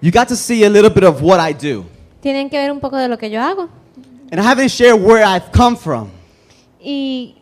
You got to see a little bit of what I do. Tienen que ver un poco de lo que yo hago. And I haven't shared where I've come from. Y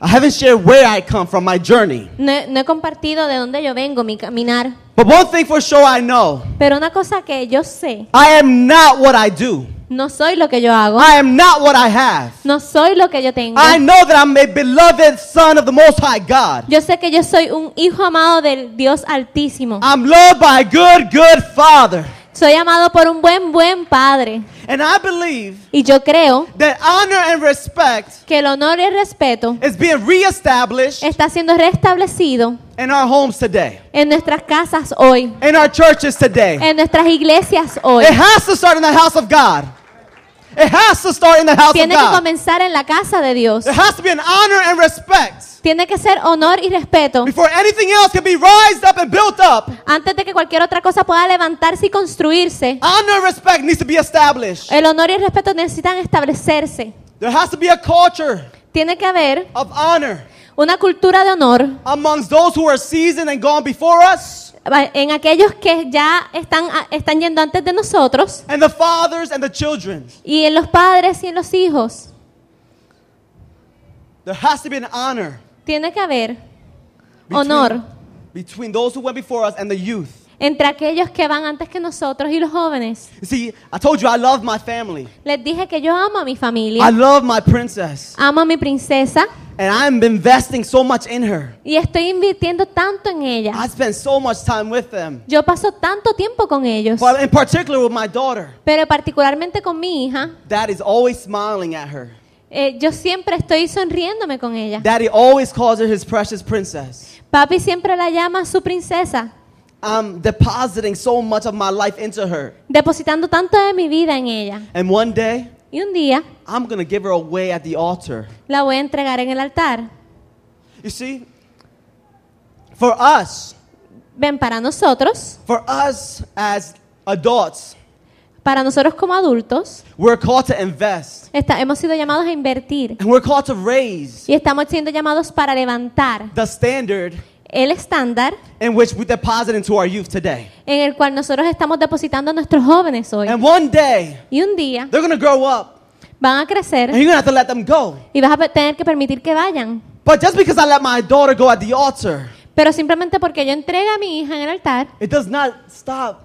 I haven't shared where I come from, my journey. no he, no he compartido de dónde yo vengo, mi caminar. But one thing for sure I know Pero una cosa que yo sé, I am not what I do, no soy lo que yo hago. I am not what I have. No soy lo que yo tengo. I know that I'm a beloved son of the Most High God. Yo sé que yo soy un hijo amado del Dios Altísimo. I'm loved by a good, good Father. Soy amado por un buen, buen Padre. And I believe Y yo creo that honor and respect que el honor y el respeto is being reestablished está siendo restablecido in our homes today, en nuestras casas hoy, in our churches today. en nuestras iglesias hoy. It has to start in the house of God. It has to start in the house of Tiene que God. comenzar en la casa de Dios. There has to be an honor and respect Tiene que ser honor y respeto before anything else can be raised up and built up. antes de que cualquier otra cosa pueda levantarse y construirse. Honor and respect needs to be established. El honor y el respeto necesitan establecerse. There has to be a culture Tiene que haber of honor una cultura de honor amongst those who are seasoned and gone before us, en aquellos que ya están, están yendo antes de nosotros and the fathers and the children. y en los padres y en los hijos. There has to be an honor Tiene que haber between, honor between those who went before us and the youth. entre aquellos que van antes que nosotros y los jóvenes. You see, I told you I love my family. Les dije que yo amo a mi I familia, love my princess. amo a mi princesa And I'm investing so much in her. y estoy invirtiendo tanto en ella. I spend so much time with them. Yo paso tanto tiempo con ellos, But in particular with my daughter. pero particularmente con mi hija, Daddy's always smiling at her. eh, yo siempre estoy sonriéndome con ella. Daddy always calls her his precious princess. Papi siempre la llama su princesa, I'm depositing so much of my life into her. depositando tanto de mi vida en ella. And one day, Y un día I'm going to give her away at the altar. la voy a entregar en el altar. You see, for us, Ven, para nosotros, for us as adults, para nosotros como adultos, we're called to invest está- hemos sido llamados a invertir and we're called to raise y estamos siendo llamados para levantar the standard el estándar in which we deposit into our youth today. en el cual nosotros estamos depositando a nuestros jóvenes hoy. And one day, Y un día they're going to grow up van a and crecer you're going to have to let them go. y vas a pe- tener que permitir que vayan. But just because I let my daughter go at the altar, Pero simplemente porque yo entregue a mi hija en el altar, it does not stop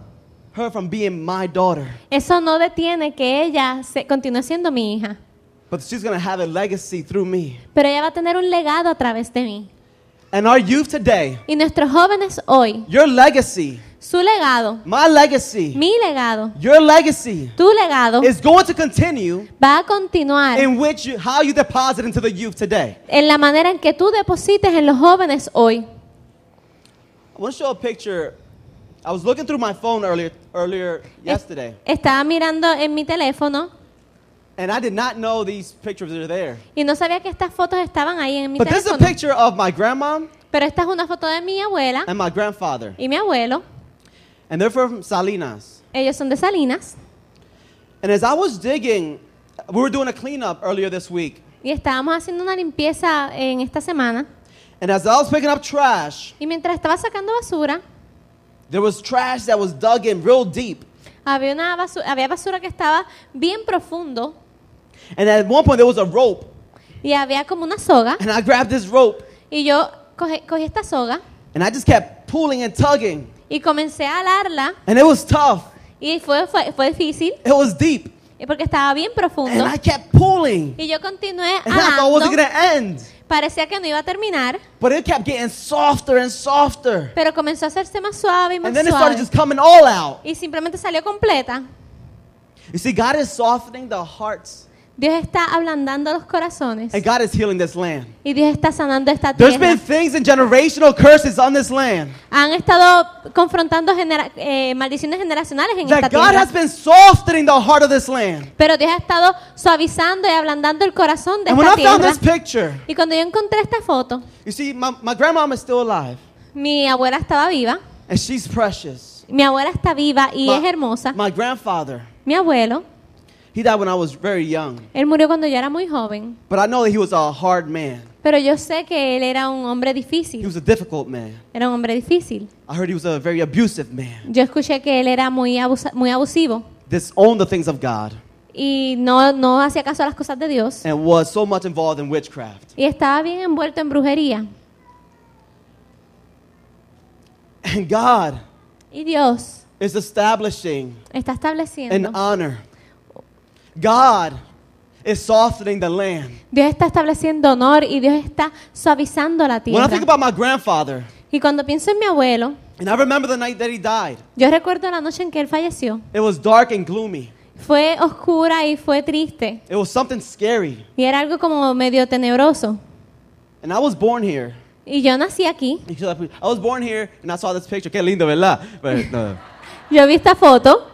her from being my daughter. eso no detiene que ella se continúe siendo mi hija. But she's going to have a legacy through me. Pero ella va a tener un legado a través de mí. And our youth today, Y nuestros jóvenes hoy, your legacy, su legado, my legacy, mi legado, your legacy tu legado is going to continue va a continuar in which you, how you deposit into the youth today. en la manera en que tú deposites en los jóvenes hoy. I want to show a picture. I was looking through my phone earlier earlier yesterday, Estaba mirando en mi teléfono and I did not know these pictures are there. y no sabía que estas fotos estaban ahí en mi But this is a teléfono. picture of my grandma Pero esta es una foto de mi abuela and my grandfather, y mi abuelo. and they're from Salinas. Ellos son de Salinas. And as I was digging, we were doing a cleanup earlier this week, Y estábamos haciendo una limpieza en esta semana. and as I was picking up trash, Y mientras estaba sacando basura, there was trash that was dug in real deep. había, una basu- había basura que estaba bien profundo And at one point, there was a rope, y había como una soga. and I grabbed this rope, Y yo coge- cogí esta soga and I just kept pulling and tugging, y comencé a alarla. and it was tough. Y fue, fue, fue difícil It was deep. eh, porque estaba bien And profundo. I kept pulling. Y yo continué And I thought, was it alando. going to end? Parecía que no iba a terminar, But it kept getting softer and softer. pero comenzó a hacerse más suave y más And then it started suave. just coming all out. Y simplemente salió completa. You see, God is softening the hearts, Dios está ablandando los corazones. and God is healing this land. Y Dios está sanando esta There's tierra. been things and generational curses on this land Han estado confrontando genera- eh, maldiciones generacionales en esta that God tierra. has been softening the heart of this land. Pero Dios ha estado suavizando y ablandando el corazón de And when I esta found this tierra. picture, Y cuando yo encontré esta foto, you see, my, my grandmom is still alive, mi abuela estaba viva. and she's precious. Mi abuela está viva y My- es hermosa. My grandfather, Mi abuelo He died when I was very young. Él murió cuando yo era muy joven, But I know that he was a hard man. pero yo sé que él era un hombre He difícil. was a difficult man. Era un hombre difícil. I heard he was a very abusive man. Yo escuché que él era muy, abusa- muy abusivo Disowned the things of God y no, no hacía caso a las cosas de Dios. and was so much involved in witchcraft. Y estaba bien envuelto en brujería. And God Y Dios is establishing está an estableciendo, honor. God is softening the land. Dios está estableciendo honor y Dios está suavizando la When I think tierra. about my grandfather, Y cuando pienso en mi abuelo, and I remember the night that he died, yo recuerdo la noche en que él falleció. it was dark and gloomy. Fue oscura y fue triste. It was something scary. Y era algo como medio tenebroso. And I was born here. Y yo nací aquí. You should have- I was born here and I saw this picture. Qué lindo, ¿verdad? But, no. Yo vi esta foto.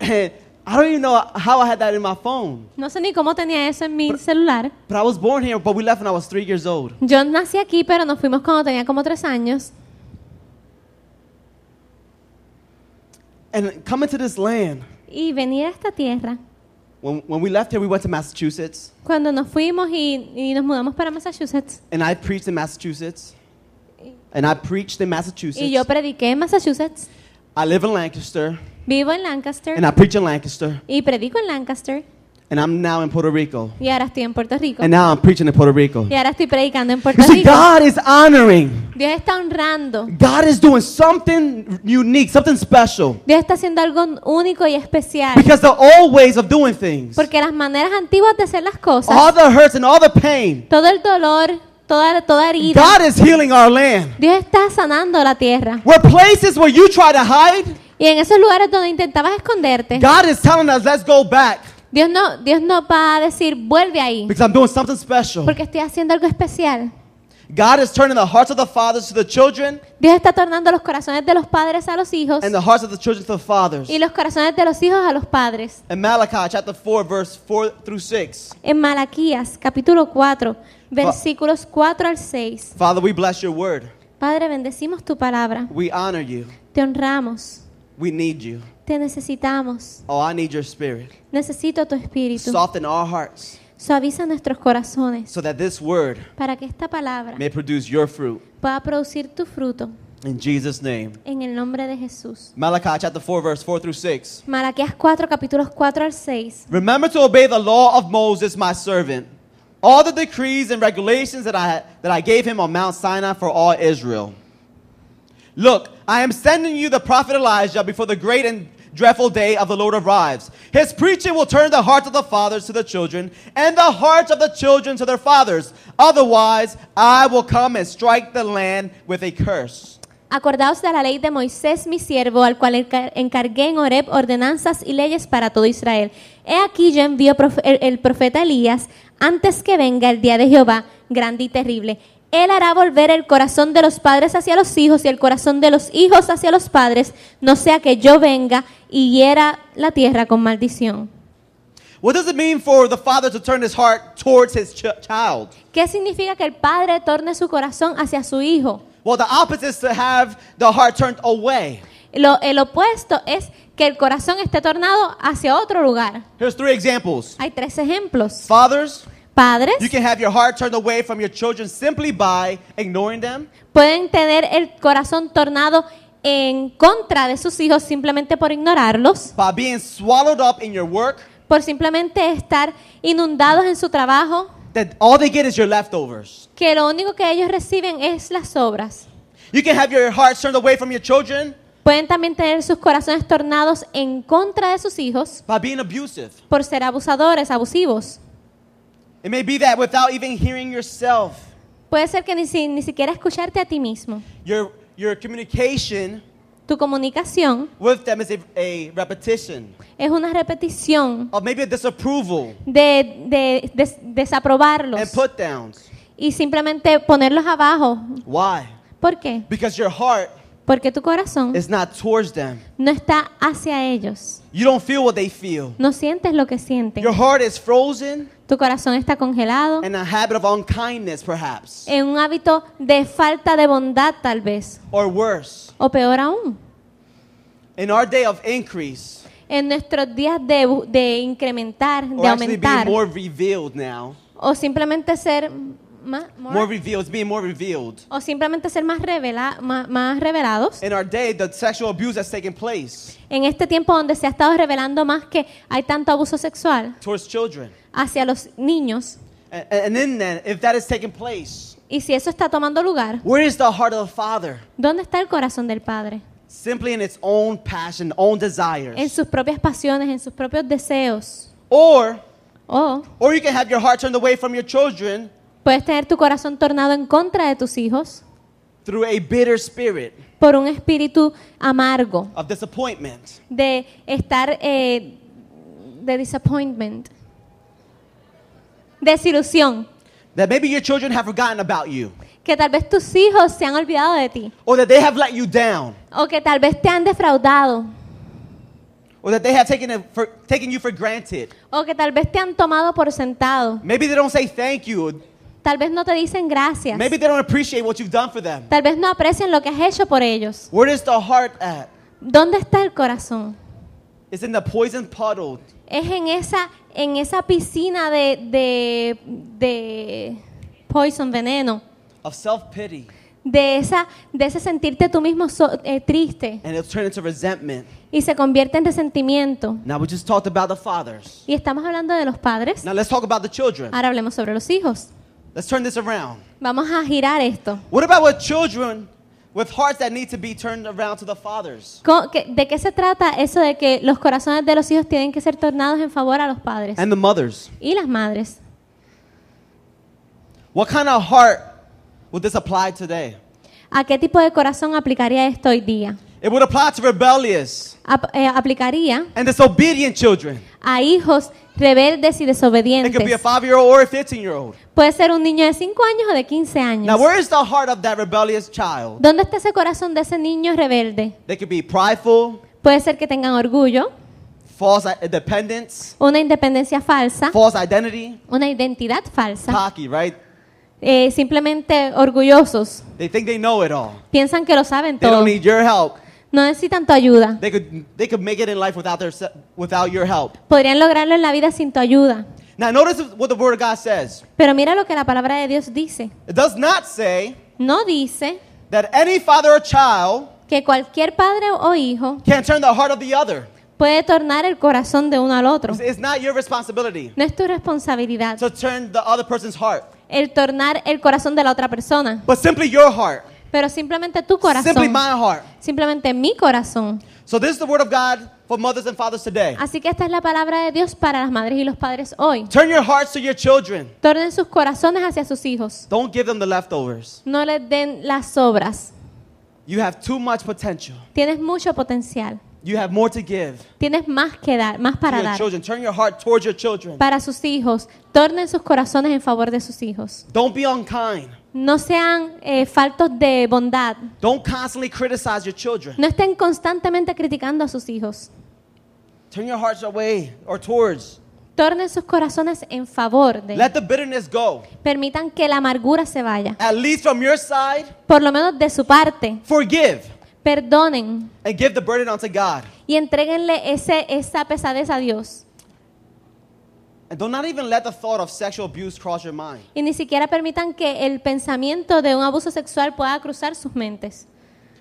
And I don't even know how I had that in my phone. No sé ni cómo tenía eso en mi celular. But I was born here, but we left when I was three years old. Yo nací aquí, pero nos fuimos cuando tenía como tres años. And coming to this land, Y venir a esta tierra. when, when we left here, we went to Massachusetts. Cuando nos fuimos y, y nos mudamos para Massachusetts. And I preached in Massachusetts. And I preached in Y yo Massachusetts. prediqué en Massachusetts. I live in Lancaster. Vivo en Lancaster. And I preach in Lancaster. Y predico en Lancaster. And I'm now in Puerto Rico. Y ahora estoy en Puerto Rico. And now I'm preaching in Puerto Rico. Y ahora estoy predicando en Puerto You see, Rico. God is honoring. Dios está honrando. God is doing something unique, something special. Dios está haciendo algo único y especial. Because the old ways of doing things, Porque las maneras antiguas de hacer las cosas, all the hurts and all the pain, todo el dolor, toda, toda herida, God is healing our land. Dios está sanando la tierra. Where places where you try to hide, Y en esos lugares donde intentabas esconderte, God is telling us, let's go back. Dios no, Dios no va a decir, vuelve ahí, Because I'm doing something special. porque estoy haciendo algo especial. God is turning the hearts of the fathers to the children Dios está tornando los corazones de los padres a los hijos and the hearts of the children to the fathers. y los corazones de los hijos a los padres. In Malachi chapter 4, verse 4 through 6. En Malaquías capítulo 4, versículos 4 al 6. Father, we bless your word. Padre, bendecimos tu palabra, We honor you. te honramos, We need you. te necesitamos, Oh, I need your spirit. necesito tu espíritu. Soften our hearts Suaviza nuestros corazones so that this word para que esta palabra may produce your fruit. pueda producir tu fruto In Jesus' name. en el nombre de Jesús. Malachi chapter 4, verse 4 through 6. Malaquías 4, capítulos 4 al 6. Remember to obey the law of Moses, my servant, all the decrees and regulations that I, that I gave him on Mount Sinai for all Israel. Look, I am sending you the prophet Elijah before the great and dreadful day of the Lord arrives. His preaching will turn the hearts of the fathers to the children and the hearts of the children to their fathers. Otherwise, I will come and strike the land with a curse. Acordaos de la ley de Moisés, mi siervo, al cual encar- encargué en Horeb ordenanzas y leyes para todo Israel. He aquí yo envío profe- el, el profeta Elías antes que venga el día de Jehová, grande y terrible. Él hará volver el corazón de los padres hacia los hijos y el corazón de los hijos hacia los padres, no sea que yo venga y hiera la tierra con maldición. What does it mean for the father to turn his heart towards his ch- child? ¿Qué significa que el padre torne su corazón hacia su hijo? Well, the opposite is to have the heart turned away. Lo- el opuesto es que el corazón esté tornado hacia otro lugar. Here's three examples. Hay tres ejemplos. Fathers, Padres you can have your heart turned away from your children simply by ignoring them. pueden tener el corazón tornado en contra de sus hijos simplemente por ignorarlos, by being swallowed up in your work por simplemente estar inundados en su trabajo, that all they get is your leftovers. que lo único que ellos reciben es las obras. You can have your heart turned away from your children Pueden también tener sus corazones tornados en contra de sus hijos by being abusive. por ser abusadores, abusivos. It may be that without even hearing yourself, Puede ser que ni, si- ni siquiera escucharte a ti mismo. your, your communication Tu comunicación with them is a, a repetition es una repetición of maybe a disapproval de, de- des- desaprobarlos and put downs. y simplemente ponerlos abajo. Why? ¿Por qué? Because your heart Porque tu corazón is not towards them. no está hacia ellos. You don't feel what they feel. No sientes lo que sienten. Your heart is frozen Tu corazón está congelado in a habit of unkindness, perhaps, en un hábito de falta de bondad tal vez. or worse. O peor aún, In our day of increase, en nuestros días de, bu- de incrementar, or de actually being aumentar, more revealed now. o simplemente ser más, More revealed, it's being more revealed. o simplemente ser más, revela- más, más revelados. In our day, the sexual abuse that's taking place En este tiempo donde se ha estado revelando más que hay tanto abuso sexual towards children. hacia los niños, And, and in that, if that is taking place, y si eso está tomando lugar, where is the heart of the Father? ¿dónde está el corazón del Padre? Simply in its own passion, own En desires. sus propias pasiones, en sus propios deseos. Or, O or you can have your heart turned away from your children puedes tener tu corazón tornado en contra de tus hijos through a bitter spirit por un espíritu amargo, of disappointment. de estar eh, de disappointment, desilusión, That maybe your children have forgotten about you, que tal vez tus hijos se han olvidado de ti, or that they have let you down, o que tal vez te han defraudado, or that they have taken, it for, taken you for granted. o que tal vez te han tomado por sentado, Maybe they don't say thank you. tal vez no te dicen gracias, Maybe they don't appreciate what you've done for them. tal vez no aprecian lo que has hecho por ellos. Where is the heart at? ¿Dónde está el corazón? It's in the poison puddle Es en esa, en esa piscina de, de, de poison, veneno, of self pity, de, esa, de ese sentirte tú mismo so- eh, triste and it'll turn into resentment. y se convierte en resentimiento. Now, we just talked about the fathers. Y estamos hablando de los padres, Now, let's talk about the children. ahora hablemos sobre los hijos. Let's turn this around. Vamos a girar esto. What about with children with hearts that need to be turned around to the fathers? Co- que- ¿De qué se trata eso de que los corazones de los hijos tienen que ser tornados en favor a los padres And the mothers. y las madres? What kind of heart would this apply today? ¿A qué tipo de corazón aplicaría esto hoy día? It would apply to rebellious Ap- eh, aplicaría and disobedient children. a hijos rebeldes y It could be a desobedientes. five year old or a 15 year old. Puede ser un niño de 5 años o de 15 Now, años. where is the heart of that rebellious child? ¿Dónde está ese corazón de ese niño rebelde? They could be prideful, Puede ser que tengan orgullo, false i- dependence, una independencia falsa, false identity, una identidad falsa, cocky, right? eh, simplemente orgullosos. They think they know it all. Piensan que lo saben They todo. don't need your help. No necesitan tu ayuda. They could, they could make it in life without, their, se- without your help. Podrían lograrlo en la vida sin tu ayuda. Now, notice what the Word of God says. Pero mira lo que la palabra de Dios dice. It does not say No dice that any father or child que cualquier padre o hijo can turn the heart of the other. puede tornar el corazón de uno al otro. It's- It's not your responsibility No es tu responsabilidad to turn the other person's heart, el tornar el corazón de la otra persona, but simply your heart, pero simplemente tu simply corazón, my heart. simplemente mi corazón. So this is the word of God for mothers and fathers today. Así que esta es la palabra de Dios para las madres y los padres hoy. Turn your hearts to your children. Tornen sus corazones hacia sus hijos. Don't give them the leftovers. No les den las sobras. You have too much potential. Tienes mucho potencial. You have more to give Tienes más que dar, más to para your dar. children. Turn your heart towards your children. Para sus hijos. Tornen sus corazones en favor de sus hijos. Don't be unkind. No sean eh, faltos de bondad. Don't constantly criticize your children. No estén constantemente criticando a sus hijos. Turn your hearts away or towards. Tornen sus corazones en favor de. Let the bitterness go. Permitan que la amargura se vaya. At least from your side, Por lo menos de su parte, forgive perdonen and give the burden unto God. y entréguenle ese, esa pesadez a Dios. And do not even let the thought of sexual abuse cross your mind. Y ni siquiera permitan que el pensamiento de un abuso sexual pueda cruzar sus mentes.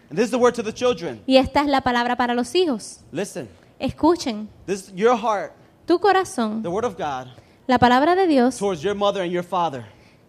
And this is the word to the children. Y esta es la palabra para los hijos. Listen, Escuchen, this is your heart, tu corazón, the word of God, la palabra de Dios. towards your mother and your father.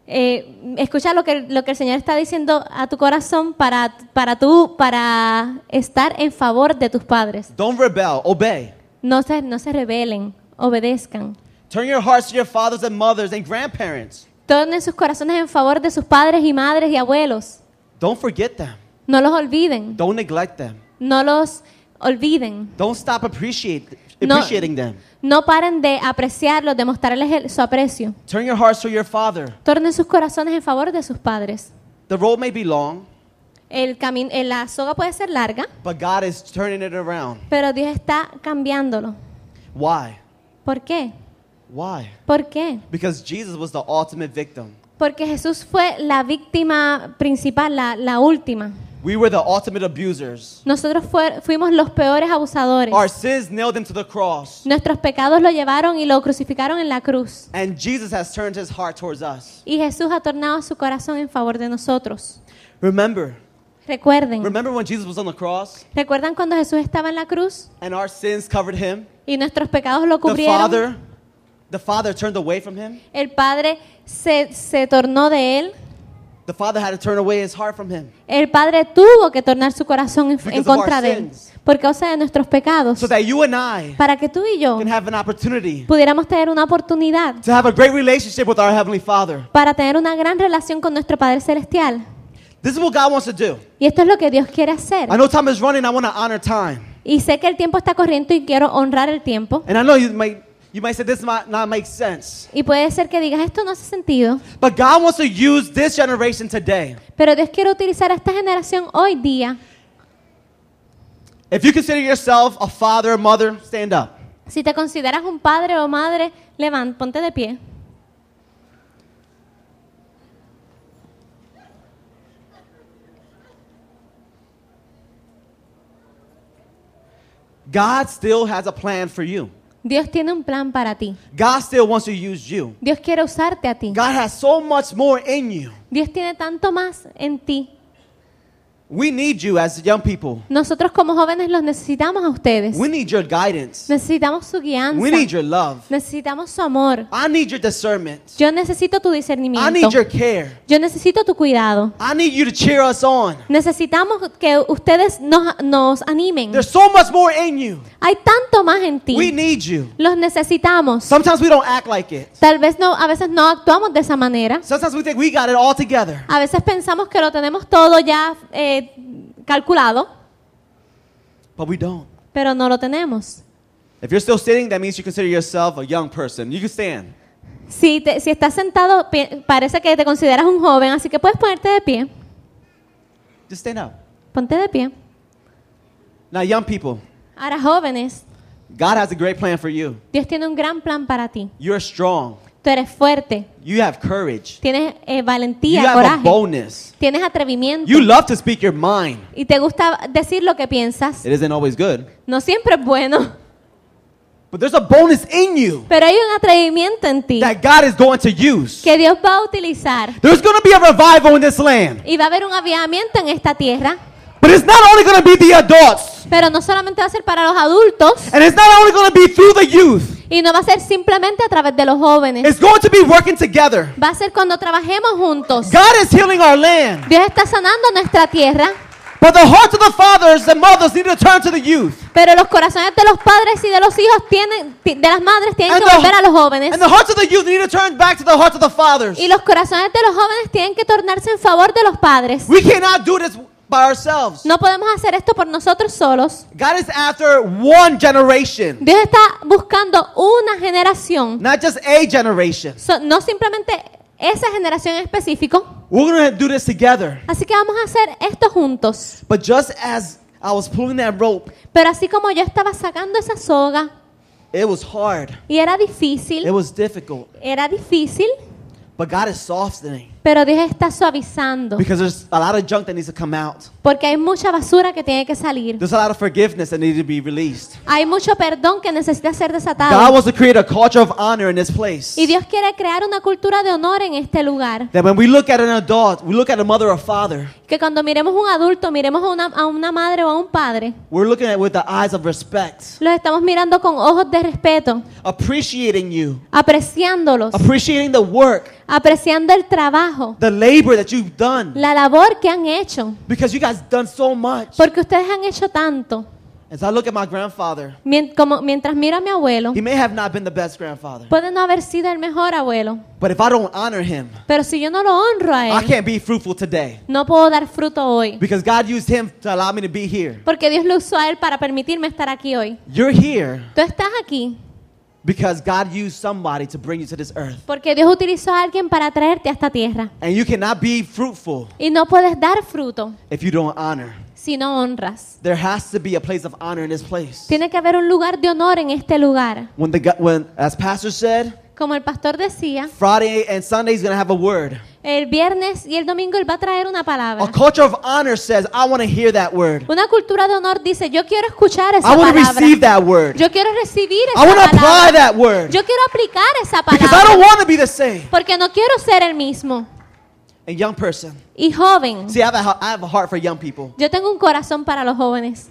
eh, escucha lo que, lo que el Señor está diciendo a tu corazón para, para, tú, para estar en favor de tus padres. Don't rebel, obey. No se, no se rebelen, obedezcan. Turn your hearts to your fathers and mothers and grandparents. Tornen sus corazones en favor de sus padres y madres y abuelos. Don't forget them. No los olviden. Don't neglect them. No los olviden. Don't stop appreciate, No. appreciating them. No paren de apreciarlos, de mostrarles el- su aprecio. Turn your hearts to your father. Tornen sus corazones en favor de sus padres. The road may be long, El camino, eh, la soga puede ser larga, but God is turning it around. pero Dios está cambiándolo. Why? ¿Por qué? Why? ¿Por qué? Because Jesus was the ultimate victim. Porque Jesús fue la víctima principal, la, la última. We were the ultimate abusers. Nosotros fue- fuimos los peores abusadores. Our sins nailed him to the cross. Nuestros pecados lo llevaron y lo crucificaron en la cruz. And Jesus has turned his heart towards us. Y Jesús ha tornado su corazón en favor de nosotros. Remember, Recuerden, remember when Jesus was on the cross ¿recuerdan cuando Jesús estaba en la cruz and our sins covered him? y nuestros pecados lo The cubrieron? Father, the Father turned away from him. El Padre se, se tornó de él. The Father had to turn away his heart from him El Padre tuvo que tornar su corazón en, Because en of our contra de él sins. por causa de nuestros pecados. so that you and I Para que tú y yo can have an opportunity pudiéramos tener una oportunidad to have a great relationship with our Heavenly Father. para tener una gran relación con nuestro Padre Celestial. This is what God wants to do. Y esto es lo que Dios quiere hacer. I know time is running. I want to honor time. Y sé que el tiempo está corriendo y quiero honrar el tiempo. And I know you might, you might say this might not make sense. Y puede ser que digas, esto no hace sentido, But God wants to use this generation today. pero Dios quiere utilizar a esta generación hoy día. If you consider yourself a father or mother, stand up. Si te consideras un padre o madre, levant, ponte de pie. God still has a plan for you. Dios tiene un plan para ti. God still wants to use you. Dios quiere usarte a ti. God has so much more in you. Dios tiene tanto más en ti. We need you as young people. Nosotros como jóvenes los necesitamos a ustedes. We need your guidance. Necesitamos su We need guianza. your love. Necesitamos su amor. I need your discernment. Yo necesito tu I discernimiento. need your care. Yo necesito tu cuidado. I need you to cheer us on. Necesitamos que ustedes nos, nos animen. There's so much more in you. Hay tanto más en We ti. need you. Los necesitamos. Sometimes we don't act like it. Tal vez no, a veces no actuamos de esa manera. Sometimes we think we got it all together. A veces pensamos que lo tenemos todo ya eh, calculado, But we don't. pero no lo tenemos. If you're still sitting, that means you consider yourself a young person. You can stand. Si, te- si estás sentado, pi- parece que te consideras un joven, así que puedes ponerte de pie. Just stand up. Ponte de pie. Now, young people, Ahora, jóvenes, God has a great plan for you. Dios tiene un gran plan para ti. You're strong. Tú eres fuerte, You have courage. tienes eh, You valentía, have a coraje, boldness. tienes atrevimiento You love to speak your mind. y te gusta decir lo que piensas. It isn't always good. No siempre es bueno, But there's a bonus in you pero hay un atrevimiento en ti that God is going to use. que Dios va a utilizar. There's going to be a revival in this land. Y va a haber un avivamiento en esta tierra. But it's not only going to be the adults, Pero no solamente va a ser para los adultos and it's not only going to be through the youth. y no va a ser simplemente a través de los jóvenes. It's going to be working together. Va a ser cuando trabajemos juntos. God is healing our land. Dios está sanando nuestra tierra, But the hearts of the fathers and mothers need to turn to the youth. pero los corazones de los padres y de los hijos tienen ti- de las madres tienen que volver a los jóvenes and the hearts of the youth need to turn back to the hearts of the fathers. y los corazones de los jóvenes tienen que tornarse en favor de los padres. We cannot do this by ourselves. No podemos hacer esto por nosotros solos. God is after one generation, Dios está buscando una generación, not just a generation. So- no simplemente esa generación en específico. We're going to do this together. Así que vamos a hacer esto juntos. But just as I was pulling that rope, Pero así como yo estaba sacando esa soga it was hard. y era It difícil, was difficult. era difícil, But God is softening pero Dios está suavizando because there's a lot of junk that needs to come out. porque hay mucha basura que tiene que salir. There's a lot of forgiveness that needs to be released. Hay mucho perdón que necesita ser God desatado. wants to create a culture of honor in this place. Y Dios quiere crear una cultura de honor en este lugar. That when we look at an adult, we look at a mother or father, Que cuando miremos un adulto, miremos a una, a una madre o a un padre, we're looking at it with the eyes of respect, los estamos mirando con ojos de respeto, appreciating you, apreciándolos, appreciating the work, apreciando el trabajo, the labor that you've done, la labor que han hecho, because you guys done so much. porque ustedes han hecho tanto. As I look at my grandfather, Mien- como- mientras miro a mi abuelo, he may have not been the best grandfather, puede no haber sido el mejor abuelo, but if I don't honor him, pero si yo no lo honro a I él, can't be fruitful today no puedo dar fruto hoy, because God used him to allow me to be here. porque Dios lo usó a él para permitirme estar aquí hoy. You're here Tú estás aquí because God used somebody to bring you to this earth, porque Dios utilizó a alguien para traerte a esta tierra and you cannot be fruitful y no puedes dar fruto if you don't honor. si no honras. There has to be a place of honor in this place. Tiene que haber un lugar de honor en este lugar. When the gu- when as pastor said, Como el pastor decía, Friday and Sunday is gonna have a word. el viernes y el domingo él va a traer una A palabra. culture of honor says, I want to hear that word. Una cultura de honor dice, yo quiero escuchar esa I want to palabra. receive that word. Yo quiero recibir esa I want to apply palabra. that word. Yo quiero aplicar esa Because I don't palabra. want to be the same. Porque no quiero ser el mismo. And young person. Y joven, See, I have, a, I have a heart for young people. yo tengo un corazón para los jóvenes.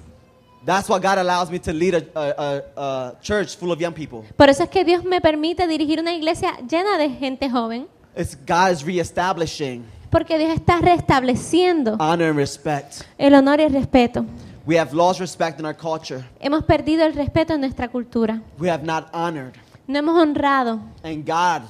That's why God allows me to lead a, a, a, a church full of young people. Por eso es que Dios me permite dirigir una iglesia llena de gente joven. It's God is reestablishing Porque Dios está restableciendo honor and respect. el honor y el respeto. We have lost respect in our culture. Hemos perdido el respeto en nuestra cultura. We have not honored. No hemos honrado. And God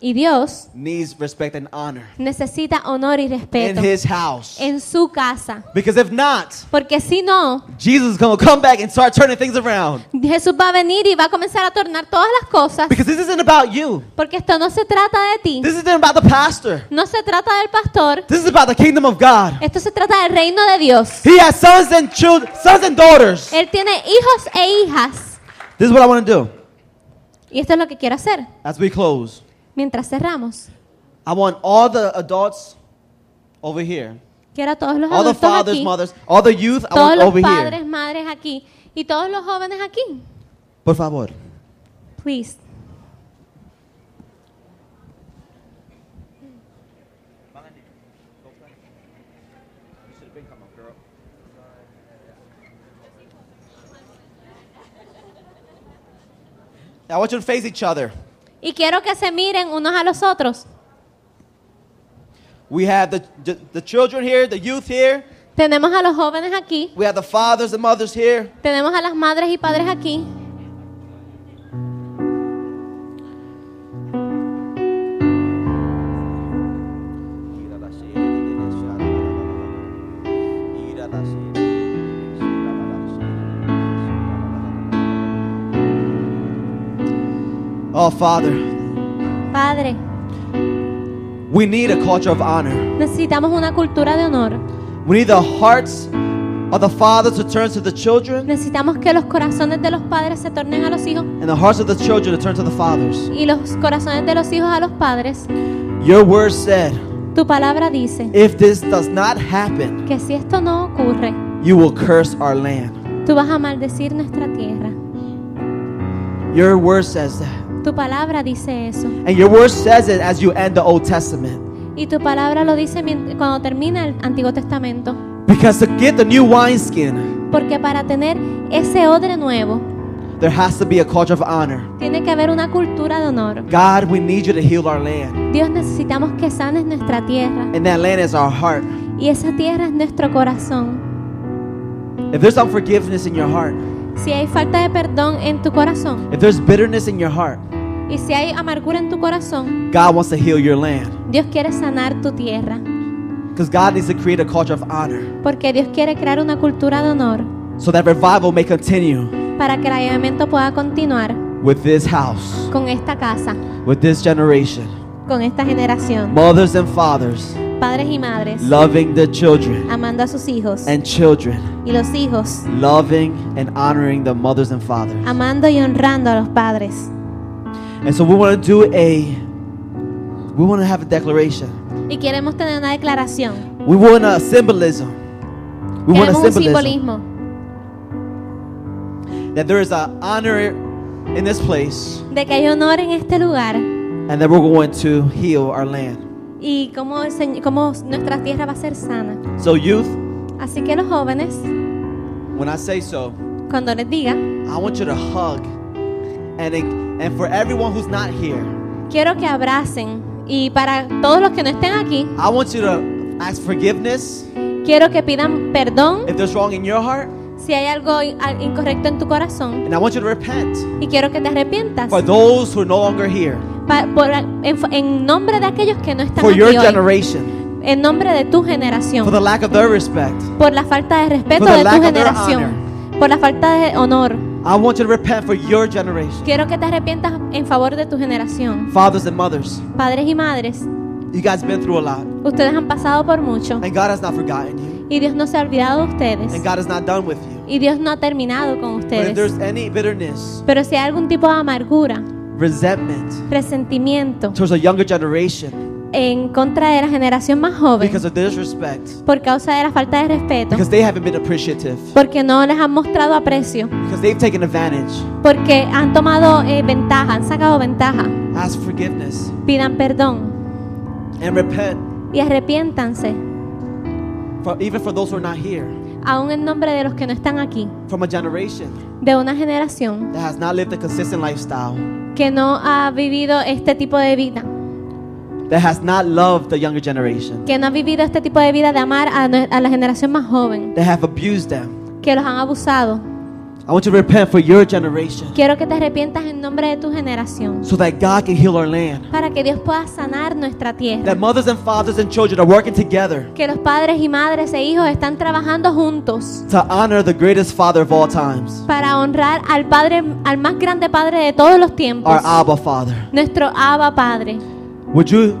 Y Dios needs respect and honor necesita honor y in respeto His house. en su casa. Because if not, Porque si no, Jesus is going to come back and start turning things around. Jesús va a venir y va a comenzar a tornar todas las cosas. Because this isn't about you. Porque esto no se trata de ti. This isn't about the pastor. No se trata del pastor. This is about the kingdom of God. Esto se trata del reino de Dios. He has sons and children, sons and daughters. Él tiene hijos e hijas. This is what I want to do. Y esto es lo que quiero hacer As we close, mientras cerramos. I want all the adults over here, Quiero a todos los all the adultos fathers, aquí, mothers, all the youth, I todos want los over padres, here. madres aquí y todos los jóvenes aquí. Por favor. Please. I want you to face each other. Y quiero que se miren unos a los otros. We have the, the, the children here, the youth here. Tenemos a los jóvenes aquí, We have the fathers and mothers here. tenemos a las madres y padres aquí. Oh, Father, Padre, we need a culture of honor. necesitamos una cultura de honor. We need the hearts of the fathers to turn to the children Necesitamos que los corazones de los padres se tornen a los hijos and the hearts of the children to turn to the fathers. y los corazones de los hijos a los padres. Your word said, Tu palabra dice if this does not happen, que si esto no ocurre, you will curse our land. tú vas a maldecir nuestra tierra. Your word says that. Tu palabra dice eso. And your word says it as you end the Old Testament. Y tu palabra lo dice mient- cuando termina el Antiguo Testamento. Because to get the new wineskin, Porque para tener ese odre nuevo, there has to be a culture of honor. tiene que haber una cultura de honor. God, we need you to heal our land. Dios, necesitamos que sanes nuestra tierra. And that land is our heart. Y esa tierra es nuestro corazón. If there's unforgiveness in your heart, Si hay falta de perdón en tu corazón if there's bitterness in your heart, y si hay amargura en tu corazón, God wants to heal your land. Dios quiere sanar tu tierra. Because God needs to create a culture of honor Porque Dios quiere crear una cultura de honor so that revival may continue para que el avivamiento pueda continuar with this house, con esta casa, with this generation. con esta generación. Mothers and fathers Padres y madres loving the children amando a sus hijos and children y los hijos loving and honoring the mothers and fathers. amando y honrando a los padres. And so we want to do a we want to have a declaration. Y queremos tener una declaración. We want a symbolism. We want a Queremos un symbolism simbolismo that there is a honor in this place de que hay honor en este lugar and that we're going to heal our land. y cómo, el Señ- cómo nuestra tierra va a ser sana. So youth, Así que los jóvenes, when I say so, cuando les diga, I want you to hug and and for everyone who's not here, quiero que abracen. Y para todos los que no estén aquí, I want you to ask forgiveness quiero que pidan perdón if there's wrong in your heart si hay algo in- al- incorrecto en tu corazón. and I want you to repent Y quiero que te arrepientas for those who are no longer here, pa- por- en, en nombre de aquellos que no están for aquí your hoy, generation, en nombre de tu for the generación, lack of their respect. por la falta de respeto for the de lack tu of their generación, por la falta de honor. I want you to repent for your generation. Quiero que te arrepientas en favor de tu generación. Fathers and mothers, Padres y madres, you guys been through a lot, ustedes han pasado por mucho and God has not forgotten you, y Dios no se ha olvidado de ustedes. and God is not done with you. Y Dios no ha terminado con But if there's ustedes. any bitterness, Pero si hay algún tipo de amargura, resentment resentimiento towards a younger generation, en contra de la generación más joven because of disrespect, por causa de la falta de respeto, because they haven't been appreciative, porque no les han mostrado aprecio, because they've taken advantage. porque han tomado eh, ventaja, han sacado ventaja. Ask forgiveness Pidan perdón and repent, y arrepiéntanse, for, even for those who are not here, aún en nombre de los que no están aquí, from a generation de una generación that has not lived a consistent lifestyle, que no ha vivido este tipo de vida, that has not loved the younger generation, que no ha vivido este tipo de vida de amar a, nue- a la generación más joven, that have abused them. que los han abusado. I want you to repent for your generation Quiero que te arrepientas en nombre de tu generación, so that God can heal our land. para que Dios pueda sanar nuestra tierra. That mothers and fathers and children are working together que los padres y madres e hijos están trabajando juntos to honor the greatest father of all times, para honrar al padre al más grande padre de todos los tiempos our Abba Father. nuestro Abba Padre Would you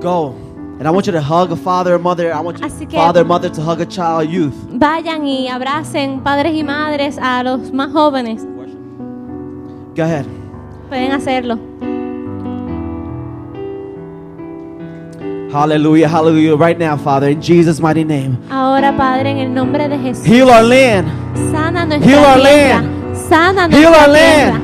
go? And I want you to hug a father or mother. I want you, Así que- father, mother to hug a child, youth. vayan y abracen padres y madres a los más jóvenes Go ahead. pueden hacerlo Hallelujah, hallelujah. Right now, Father, in Jesus' mighty name. ahora Padre en el nombre de Jesús Heal our land. sana Heal nuestra our tierra sana Heal nuestra our tierra land.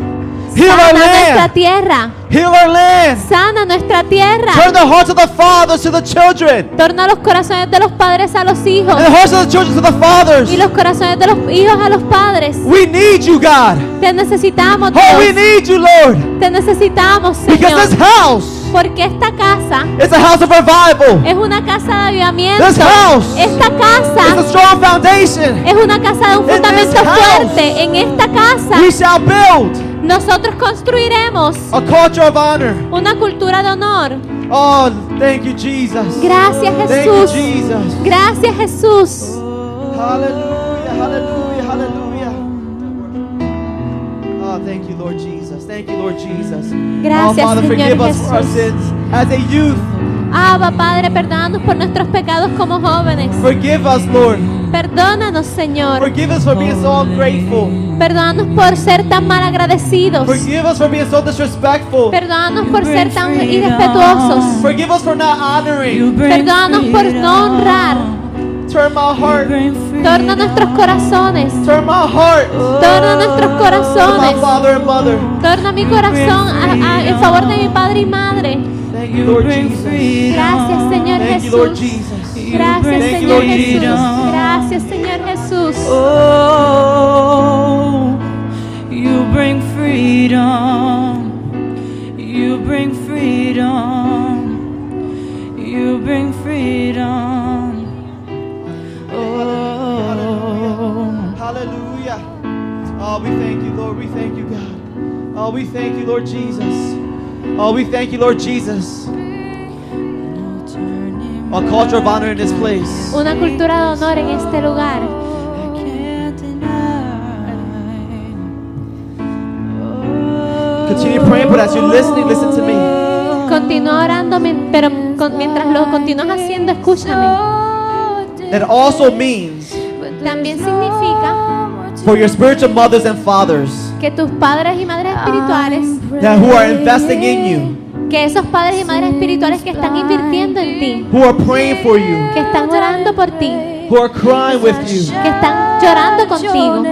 Heal sana our nuestra land. tierra Heal our land. sana nuestra Turn tierra the hearts of the fathers to the children. torna los corazones de los padres a los hijos And the hearts of the children to the y fathers. los corazones de los hijos a los padres We need you, God. te necesitamos Oh, we Dios need you, Lord. Te necesitamos, Because this Señor. house Porque esta casa is a house of revival. es una casa de avivamiento. This house is Esta a casa strong foundation. es una casa de un this fundamento house, fuerte. En esta casa We shall build nosotros construiremos a culture of honor. una cultura de honor. Oh, thank you, Jesus. Gracias, Thank you, Jesús. Jesus. Gracias, Jesús. Hallelujah, hallelujah, hallelujah. Oh, thank you, Lord Jesus. Thank you, Lord Jesus. oh, Gracias, Father, Señor forgive us for our Jesús. sins. As a youth, Abba, Padre, perdónanos por nuestros pecados como jóvenes. forgive us, Lord. Perdónanos, Señor. Forgive us for being so ungrateful. Perdónanos por ser tan malagradecidos. Forgive us for being so disrespectful. Perdónanos por ser tan irrespetuosos. Forgive us for not honoring. Perdónanos por no honrar. Turn my heart. Torna nuestros corazones. Turn my heart to Torna nuestros my corazones. father and mother. Torna mi corazón a- a- en favor de mi padre y madre. Thank you, Lord Jesus. Gracias, Señor Thank you, Lord Jesús. Jesus. Gracias, Thank you, Señor Lord Jesús. Jesus. Gracias, Señor Jesús. Oh, you bring freedom. You bring freedom. You bring freedom. Oh, Hallelujah. Oh, we thank you, Lord. We thank you, God. Oh, we thank you, Lord Jesus. Oh, we thank you, Lord Jesus. A culture of honor in this place. Una cultura de honor en este lugar. I can't deny. Oh, Continue praying, but as you're listening, listen to me. Continúa orando, men- pero con- mientras lo continúas haciendo, escúchame. Oh, That also means También significa for your spiritual mothers and fathers que tus padres y madres espirituales, that who are investing in you, que esos padres y madres espirituales que están invirtiendo en ti, who are praying for you, que están orando por ti, who are crying with you, que están llorando contigo,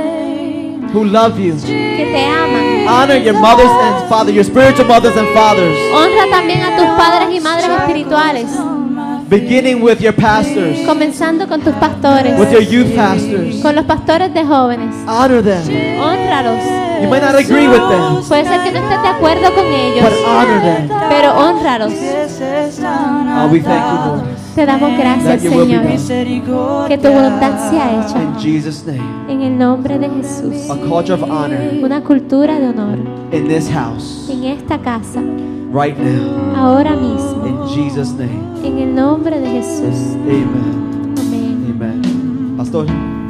who love you. que te aman. Honor your mothers and fathers, your spiritual mothers and fathers, Honra también a tus padres y madres espirituales, beginning with your pastors, comenzando con tus with your pastores, youth pastors. con los pastores de jóvenes. Honor them. Honralos. You might not agree with them, Puede ser que no estés de acuerdo con ellos, but honor them. pero honralos. Oh, we thank you, Lord. Te damos gracias, That your will be Señor. Que tu voluntad sea hecha In Jesus' name, en el nombre de Jesús. a culture of honor Una cultura de honor in this house en esta casa, right now. ahora mismo, In Jesus' name, en el nombre de Jesús. amen. Amén. Amen. Pastor.